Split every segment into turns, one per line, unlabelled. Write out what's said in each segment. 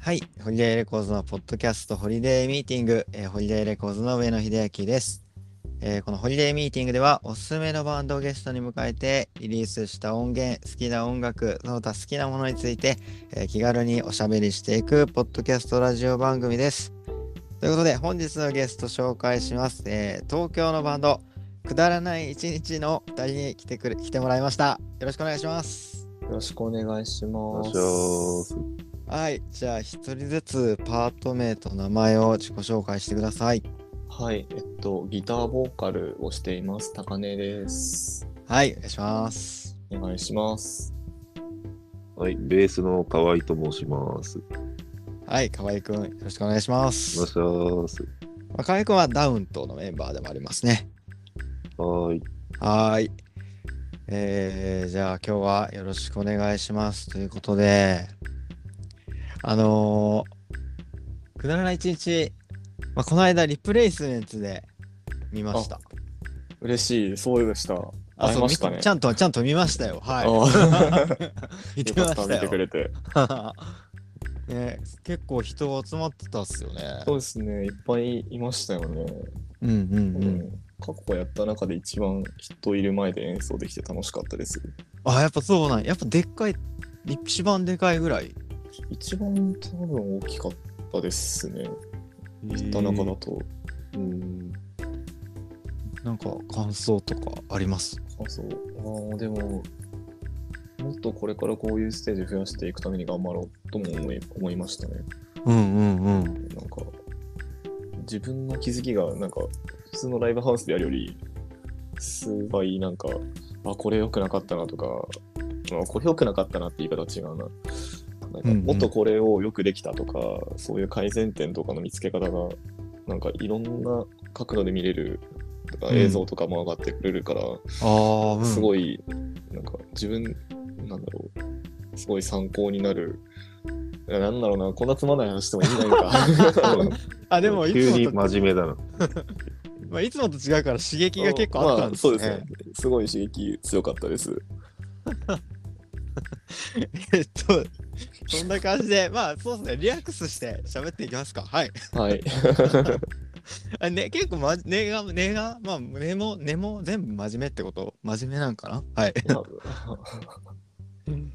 はい。ホリデーレコーズのポッドキャスト、ホリデーミーティング、えーホリデーレコーズの上野秀明です、えーこのホリデーミーティングでは、おすすめのバンドをゲストに迎えて、リリースした音源、好きな音楽、その他好きなものについて、えー気軽におしゃべりしていく、ポッドキャストラジオ番組です。ということで、本日のゲスト紹介します。えー東京のバンド、くだらない一日の2人に来てくれ来てもらいました。よろしくお願いします。
よろしくお願いしま
願い
す。
します
はい、じゃあ一人ずつパート名と名前を自己紹介してください。
はい、えっと、ギターボーカルをしています。高根です。
はい、お願いします。
お願いします。
はい、ベースの河合と申します。
はい、河合くん、よろしくお願いしま
お願い
す。
します。
まあ、河合くんはダウンとのメンバーでもありますね。
はい、
はーい。えー、じゃあ今日はよろしくお願いしますということで、あのー、くだらない一日、まあ、この間リプレイスメンツで見ました。
嬉しい、そうでした。
あ
会い
そう
ましたね
ち。ゃんと、ちゃんと見ましたよ。はい。 見て
よか
まし
った、
た
見て
よ
く。れて。
ね、結構人集まってたっすよね。
そうですね、いっぱいいましたよね。
うんうん
う
うんん。
過去やった中で一番人いる前で演奏できて楽しかったです。
あ、やっぱそうなんやっぱでっかい、一番でかいぐらい。
一番多分大きかったですね。行った中だと
うん、
なんか感想とかあります。
あそうあーでももっとこれからこういうステージ増やしていくために頑張ろうとも思い思いましたね
うんうんうん。
なんか自分の気づきがなんか普通のライブハウスでやるより数倍なんかあこれ良くなかったなとか、まあ、これ良くなかったなって言い方は違うななんか
うんうん
もっとこれをよくできたとか、そういう改善点とかの見つけ方がなんかいろんな角度で見れるとか
うん
映像とかも上がってくれるから、
ああ、うん、
す
い。
ごい、なんか自分、なんだろう、すごい参考になる。いやなんだろうな、こんなつまんない話してもいいんだ よか。
あ、でもい
急
つ
に
もと、
真面目だな。
まあ、いつもと違うから刺激が結構あったんです
ま
ね。
あそうですね。すごい刺激強かったです。
えっと、そんな感じで、まあそうですね、リラックスして喋っていきますか。はい。
はい。
あね、結構、ま、根が、根が、まあ根も、根も全部真面目ってこと真面目なんかなはい。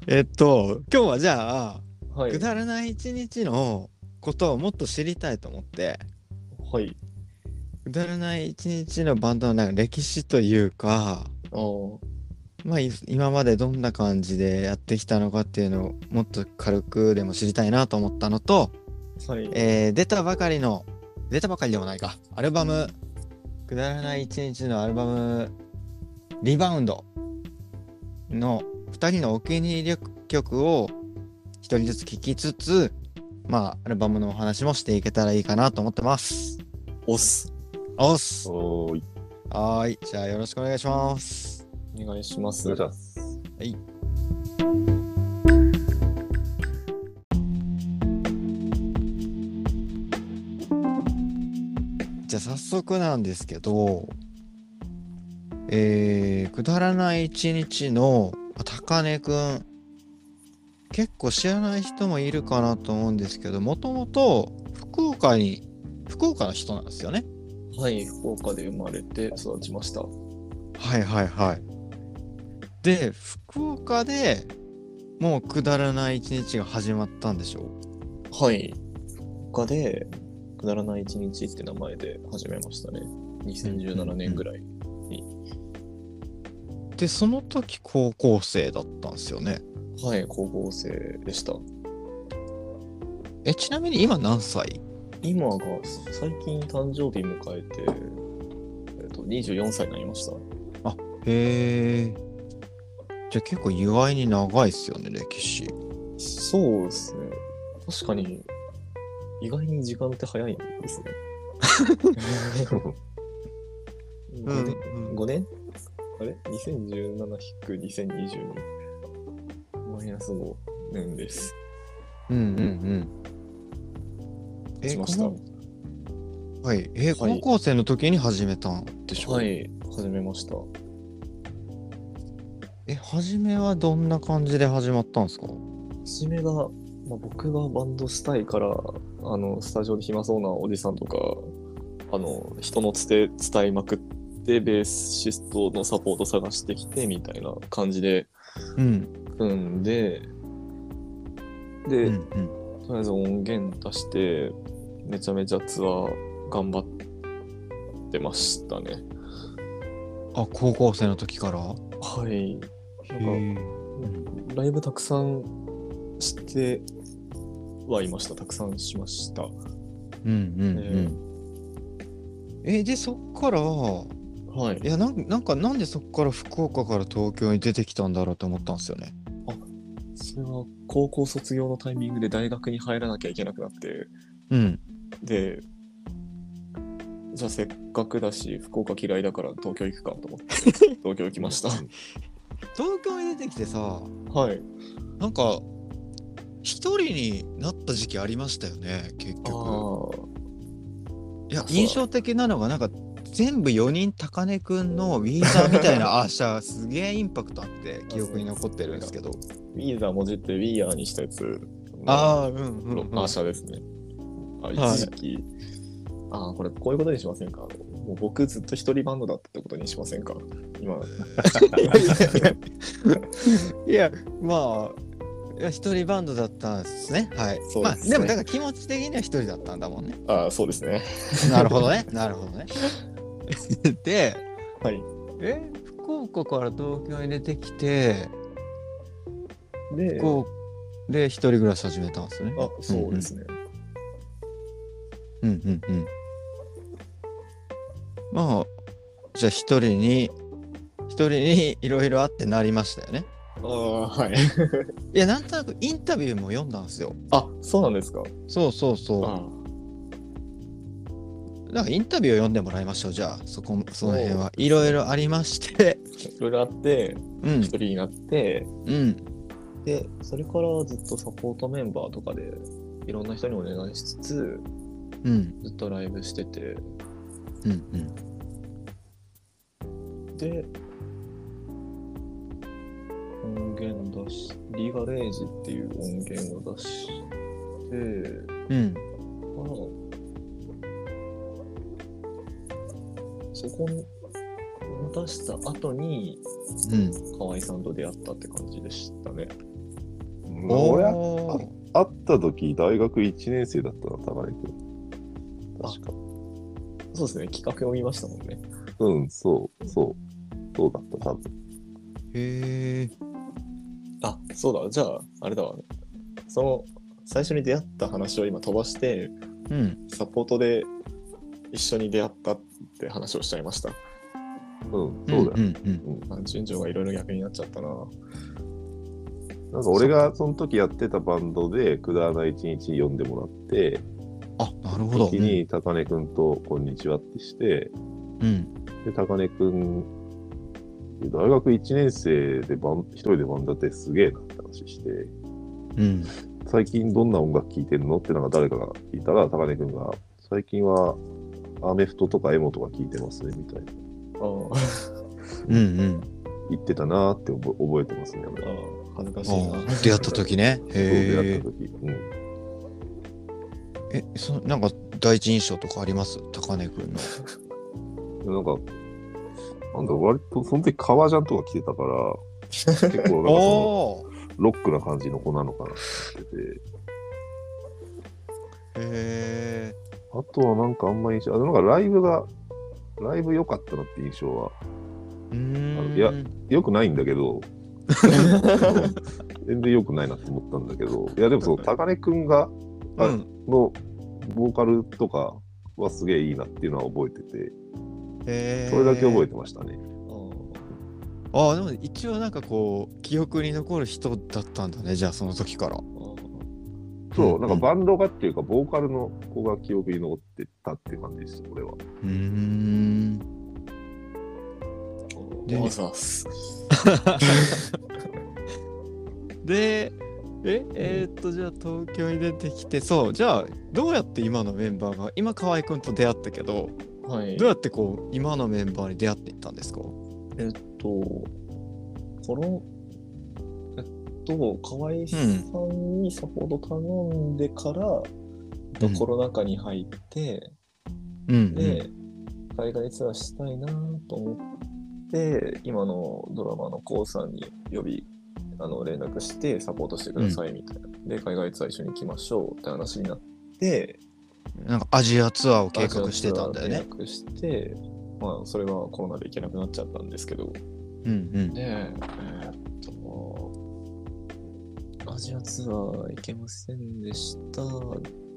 えっと、今日はじゃあ、
はい
く。だらない一日のことをもっと知りたいと思って
はい。
くだらない一日のバンドのなんか歴史というか、
ああ
まあ、い今までどんな感じでやってきたのかっていうのをもっと軽くでも知りたいなと思ったのと、
はい。
えー出たばかりの出たばかりでもないかアルバム「くだらない一日」のアルバム「リバウンド」の2人のお気に入り曲を1人ずつ聴きつつまあアルバムのお話もしていけたらいいかなと思ってます。
押す。
おっす
おーい、
はーいじゃあよろしくお願いします。
お願いします。
お願いします。
じゃあ早速なんですけどえー、くだらない一日の高根くん結構知らない人もいるかなと思うんですけどもともと福岡に福岡の人なんですよね
はい。福岡で生まれて育ちました。
はいはいはいで福岡でもうくだらない一日が始まったんでしょう
はい。福岡で、くだらない一日って名前で始めましたね。2017年ぐらい。
でその時高校生だったんですよね
はい、高校生でした。
えちなみに今何歳
今が最近誕生日迎えて、えっと、24歳になりました。
へえじゃあ結構意外に長いっすよね歴史
そうですね。確かに、意外に時間って早いんですね。5年、
うん
5年あれ ?2017-2022。マイナス5年です。
うんうんうん。え
しました。
このはい。えー
はい
高校生の時に始めたんでしょ
はい、始めました。
え、初めはどんな感じで始まったんですか
初めがまあ、僕がバンドしたいからあのスタジオで暇そうなおじさんとかあの人のつて伝えまくってベーシストのサポート探してきてみたいな感じで
うん。
組んで
う
で、
んうん。
とりあえず音源出してめちゃめちゃツアー頑張ってましたね
あ、高校生の時からなんか
はいなんかライブたくさんしてはいましたたくさんしました
うんうんうん。え、で、そっから、い
はい
や、なんなんか、なんでそっから福岡から東京に出てきたんだろうと思ったんですよね。
それは高校卒業のタイミングで大学に入らなきゃいけなくなって
うん。
でじゃあせっかくだし福岡嫌いだから東京行くかと思って 東京行きました
東京に出てきてさ、
はい
なんか、一人になった時期ありましたよね、結
あ
局。
ー
いや
そう
印象的なのがなんか全部4人高根くんのウィーザーみたい なあしゃすげえインパクトあって記憶に残ってるんですけど
ウィーザー文字ってウィーヤーにしたやつ
ああうんうん、うん、
アーシャですね。あ
い
一時期、ああ、これこういうことにしませんかもう僕ずっと一人バンドだったってことにしませんか今、
いやまあいや一人バンドだったんですねはい
そう
まあ
ですね
でもだから気持ち的には一人だったんだもんね
ああ、そうですね。
なるほどねなるほど ねで
はい。
え福岡から東京に出てきて
で、
こうで一人暮らし始めたんですよね
あそうですね。
うんうんうん。まあ、じゃあ一人に、一人にいろいろあってなりましたよね。
ああ、はい。
いや、なんとなくインタビューも読んだんですよ。
あそうなんですか。
そうそうそ
あ
う。なんかインタビューを読んでもらいましょう。じゃあ、そこ、その辺
そ
は。いろいろありまして。
いろいろあって、
う
一
ん、
人になって、
うん、
で、それからずっとサポートメンバーとかで、いろんな人にお願いしつつ、
うん、
ずっとライブしてて、
うん、うん。
で音源出しリガレージっていう音源を出し
う
て
ん、
まあそこに出した後に
うん。
河合さんと出会ったって感じでしたね
俺、会
おー
った時、大学1年生だったな、高根君。確か。
そうですね企画を見ましたもんね
うん、そう、そう。そうだった、多分。
へえ。
あそうだじゃああれだわその最初に出会った話を今飛ばして
うん。
サポートで一緒に出会ったって話をしちゃいました
うん、そうだよ。
んん
まあ順序がいろいろ逆になっちゃったな。
なんか俺がその時やってたバンドで「くだらない一日」読んでもらって
あ、なるほど。
時に高根くんと「こんにちは」ってして
うん。
で高根くん大学1年生でバン一人でバンドやってすげえなって話して
うん。
最近どんな音楽聴いてんのってなんか誰かが聞いたら高根くんが最近はアメフトとかエモとか聞いてますねみたいな
あ
うん。うん。
言ってたなーって覚覚えてますね俺
あ、恥ずかしい
あ
な。
ー出会った時 ね。
そう
へ
出会
え
った。時、うん、
え、そのなんか第一印象とかあります高根くんの。
なんかなんだ割とその時革ジャンとか着てたから結構なんかその
お。
ロックな感じの子なのかなって思ってて、
へえ。
あとはなんかあんま印象、あなんかライブが、ライブ良かったなって印象は、
うーん。
いや良くないんだけ ど、全然良くないなって思ったんだけど、いやでもその高根くんが、あ
うん。
のボーカルとかはすげえいいなっていうのは覚えてて、
へえ。
それだけ覚え
て。
てましたね。
ああ、でも一応なんかこう記憶に残る人だったんだね。じゃあその時から。
そう、
うん
なんかバンドがっていうか、ボーカルの子が記憶に残ってたっていう感じです、俺は。
うーん。で
で、さす。
で。ええーっとじゃあ東京に出てきてそうじゃあどうやって今のメンバーが今河合くんと出会ったけど
はい。
どうやってこう今のメンバーに出会っていったんですか
えっと、この、えっと河合さんにサポート頼んでか
う
ら、
ん
コロナ禍に入って、
うんうん
で、海外ツアーしたいなと思って、今のドラマの k o さんに呼び、あの連絡してサポートしてくださいみたいな。で、海外ツアー一緒に行きましょうって話になって、
なんかアジアツアーを計画してたんだよ
ア
ね
ジア。ツアー計画して、まあ、それはコロナで行けなくなっちゃったんですけど、
うん
で、えーっと、アジアツアー行けませんでした。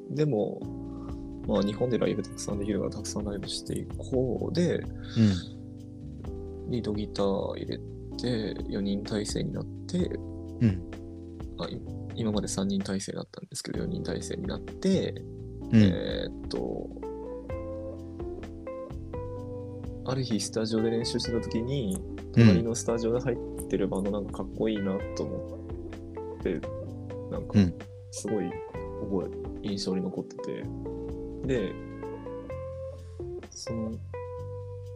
でも、まあ、日本でライブたくさんできるからたくさんライブしていこうで、
うん。うん
リードギター入れて、4人体制になって、
うん
あい今まで3人体制だったんですけど、4人体制になって、
うん
えーっと、ある日スタジオで練習してた時に、
う
隣
ん
のスタジオで入ってるバンドなんかかっこいいなと思って、なんか
うん
すごい覚え、印象に残ってて。で、その、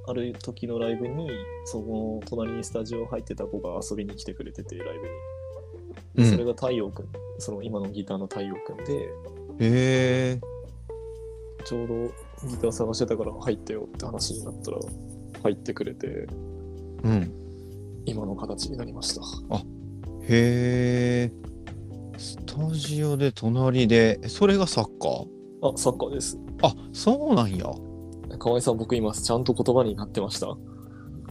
ある時のライブに、その隣にスタジオ入ってた子が遊びに来てくれてて、ライブに。
う
でそれ
ん。
が太陽くん、その今のギターの太陽くんで、
へえ。
ちょうどギター探してたから入ったよって話になったら、入ってくれて、
うん。
今の形になりました。
へえ。スタジオで隣で、えそれがサッカー
あ、サッカーです。
あ、そうなんや。
河合さん、僕今、ちゃんと言葉になってま した。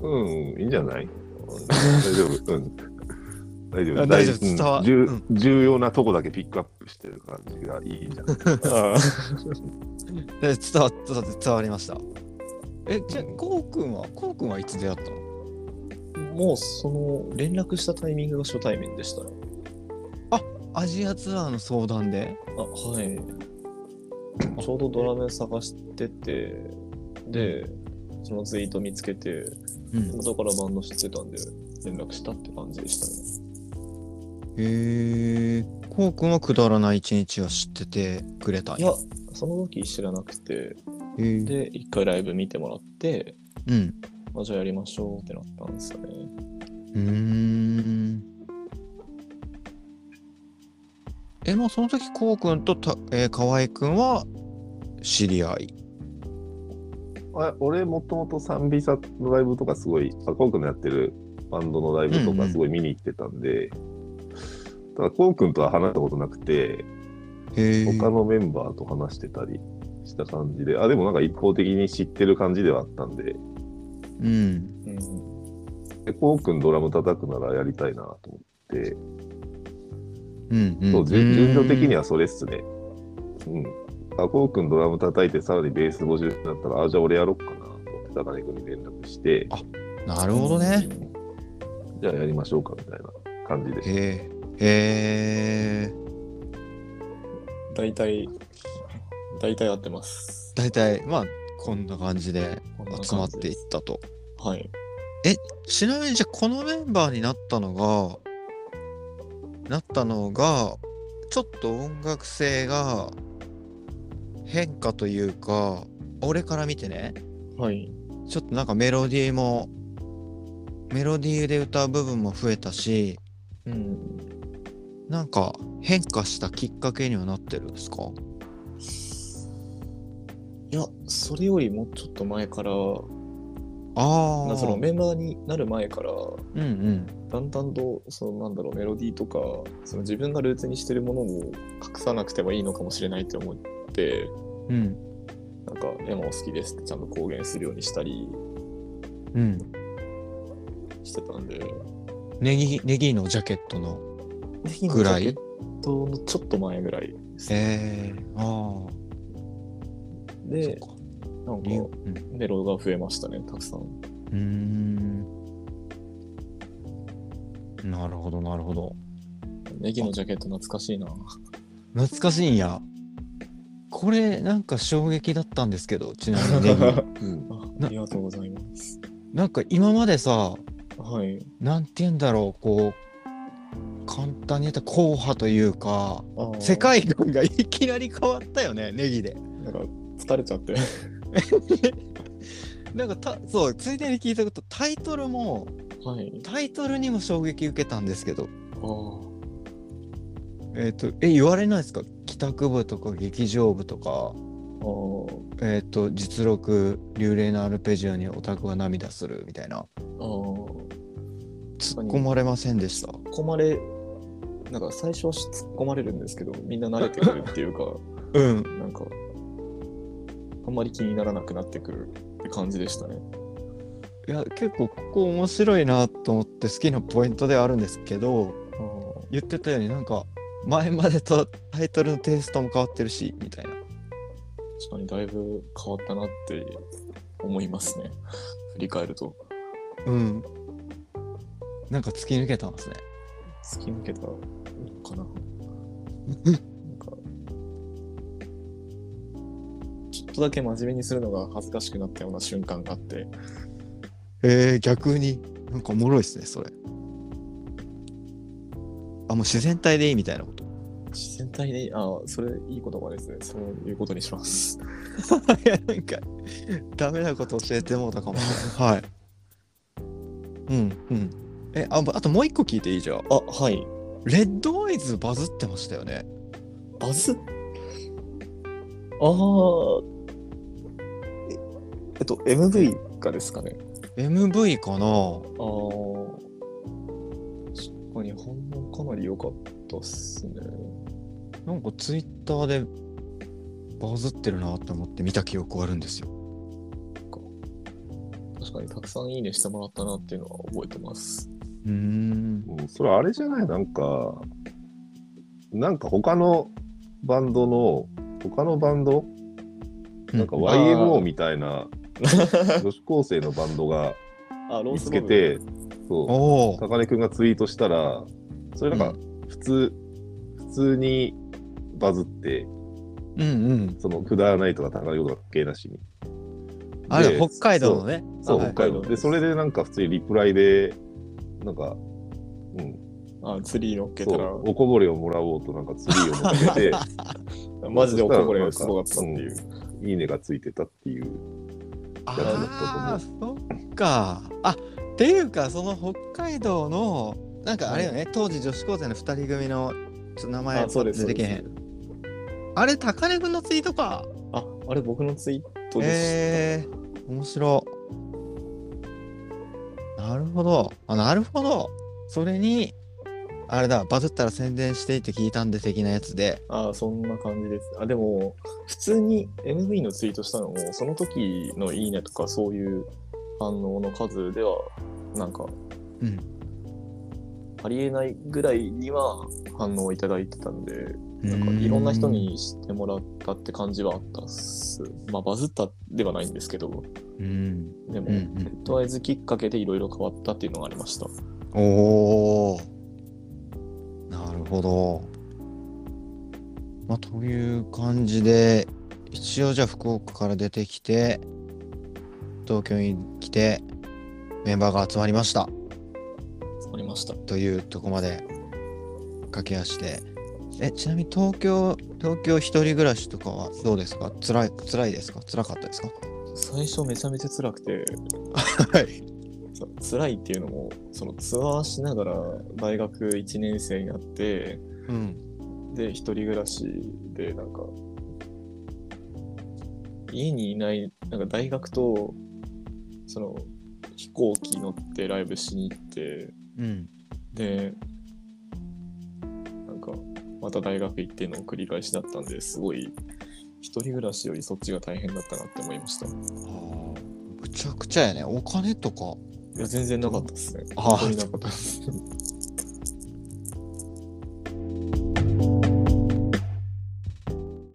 うん、いいんじゃない大丈 夫。うん大丈
あ
夫。
大丈夫
うん
伝わ
重
うん
重要なとこだけピックアップしてる感じがいいじゃん。
で伝わった伝わ伝わりました。え、じゃあ、
うん
こうくんは、こうくんはいつ出会ったの
もう、その、連絡したタイミングが初対面でしたね。
アジアツアーの相談で。
あ、はい。ちょうどドラム探してて、で、そのツイート見つけて、
うん。
元からバンドしてたんで、連絡したって感じでしたね。
へえ。こうくんはくだらない一日を知っててくれたん
いや、その時知らなくて、
へえ
で、一回ライブ見てもらって、
うん。
あ、じゃあやりましょうってなったんですよね。
うーん。え、もうその時、こうくんとた、えー、河合くんは知り合い。
あ俺もともとサンビサのライブとかすごいあコウ君のやってるバンドのライブと
うんう
か
ん
すごい見に行ってたんで、ただコウ君とは話したことなくて
へえ。
他のメンバーと話してたりした感じで、あでもなんか一方的に知ってる感じではあったんで
うん。
うん。
でコウ君ドラム叩くならやりたいなと思って、
うん、うん。
そう順順序的に
は。
はそれっすねうんあコウ君ドラム叩いてさらにベース50になったらあじゃあ俺やろっかなと思って高根君に連絡して
なるほどね。
じゃあやりましょうかみたいな感じでした
へえ。へえ。
大体、大体合ってます。
大体、まあ、こんな感じで
こんな感じです
集まっていったと。
はい。
ちなみにじゃあこのメンバーになったのがなったのがちょっと音楽性が変化というか俺から見てね
はい。
ちょっとなんかメロディーもメロディーで歌う部分も増えたし
うん。
なんか変化したきっかけにはなってるんですか
いや、それよりもちょっと前から、
ああ
なそのメンバーになる前から、
うんうん
だんだんと、そのなんだろう、メロディーとか、その自分がルーツにしてるものを隠さなくてもいいのかもしれないって思って、
うん
なんか、エマお好きですってちゃんと公言するようにしたり
うん
してたんで、
ネギネギのジャケットのぐ
ぐ
ら
ら
い
いジャケットのちょっと前ぐらいです
え
ね。
ー、ああ
で、なんか
理、由うん
メロが増えましたね、たくさん。
うーんなるほどなるほど
ネギのジャケット懐かしいな。
懐かしいんやこれなんか衝撃だったんですけどちなみ にネギ
うん
あありがとうございます。
なんか今までさ
はい。
なんて言うんだろうこう簡単に言ったら硬派というか
あー
世界観がいきなり変わったよねネギで
なんか、疲れちゃって。
なんかたそうついでに聞いたことタイトルも
はい。
タイトルにも衝撃受けたんですけど
ああ。
えっ、と、え、言われないですか帰宅部とか劇場部とか、
あー
えっ、と、実録、流麗なアルペジオにオタクは涙するみたいな。
あー
突っ込まれませんでした。
突っ込まれなんか最初は突っ込まれるんですけどみんな慣れてくるって いうか
うん。
なんかあんまり気にならなくなってくるって感じでしたね
いや、結構ここ面白いなと思って好きなポイントではあるんですけど、
あー
言ってたようになんか、前までとタイトルのテイストも変わってるし、みたいな。
確かにだいぶ変わったなって思いますね振り返ると
うん。なんか突き抜けたんですね。
突き抜けたのかななんかちょっとだけ真面目にするのが恥ずかしくなったような瞬間があって
えー、逆になんかおもろいっすねそれあもう自然体でいいみたいなこと
自然体でいいああそれいい言葉ですねそういうことにします
いやなんかダメなこと教えてもうたかもしれないはいうんうんえああともう一個聞いていいじゃん
あはい
レッドアイズバズってましたよね
バズああ。ええっと、MV がですかね。
MV かな
ああ。確かに反応かなり良かったっすね。
なんかツイッターでバズってるなと思って見た記憶あるんですよ
確かにたくさんいいねしてもらったなっていうのは覚えてます。
うーん
うん、それあれじゃないなんか、なんか他のバンドの、他のバンド、なんか
う
YMO みたい な女子高生のバンドが
あ、ロ
見
ー
つ
ス
けて、そう、
おお
高根くんがツイートしたら、それなんか普通、普通にバズって、
うんうん
そのくだらないとか高根ことか関係なしに。
あれ
で
北海道のね
そう、
はい
北海道。で、それでなんか普通にリプライで、なんか、うん、
あ、ツリー乗っけ
そ
たら
う、、おこぼれをもらおうとなんかツリーを乗っけて、
マジでおこぼれがすごかったっていう。
いいねがついてたっていう。
あ
やつだった
あーそっかあっていうかその北海道のなんかあれよね、当時女子高生の2人組のちょっと名前
あ、そうです。
出てけへ
そ
ん
うです
あれ高根君のツイートか
あ、あれ僕のツイートでした。
えー、面白なるほどあなるほどそれにあれだバズったら宣伝していいって聞いたんで的なやつで
ああ、そんな感じです。あ、でも、普通に MV のツイートしたのも、その時のいいねとか、そういう反応の数では、なんか、
うん
ありえないぐらいには反応をいただいてたんで、なんかいろんな人に知ってもらったって感じはあったっす。まあ、バズったではないんですけど、
うん
でも、
うんう
ヘ
ん
ッドアイズきっかけでいろいろ変わったっていうのがありました。
おおなるほど。まあ、という感じで一応じゃあ福岡から出てきて東京に来てメンバーが集まりました
ありました。
というとこまで駆け足でえちなみに東京東京一人暮らしとかはどうですか辛い辛いですか辛かったですか
最初めちゃめちゃ辛くて、
はい
そ辛いっていうのもそのツアーしながら大学1年生になって
うん
で一人暮らしでなんか家にいないなんか大学とその飛行機乗ってライブしに行って
うん
でなんかまた大学行っての繰り返しだったんですごい一人暮らしよりそっちが大変だったなって思いましたい
あーむちゃくちゃやねお金とか
や全然なかったですね
あー
本当になかったです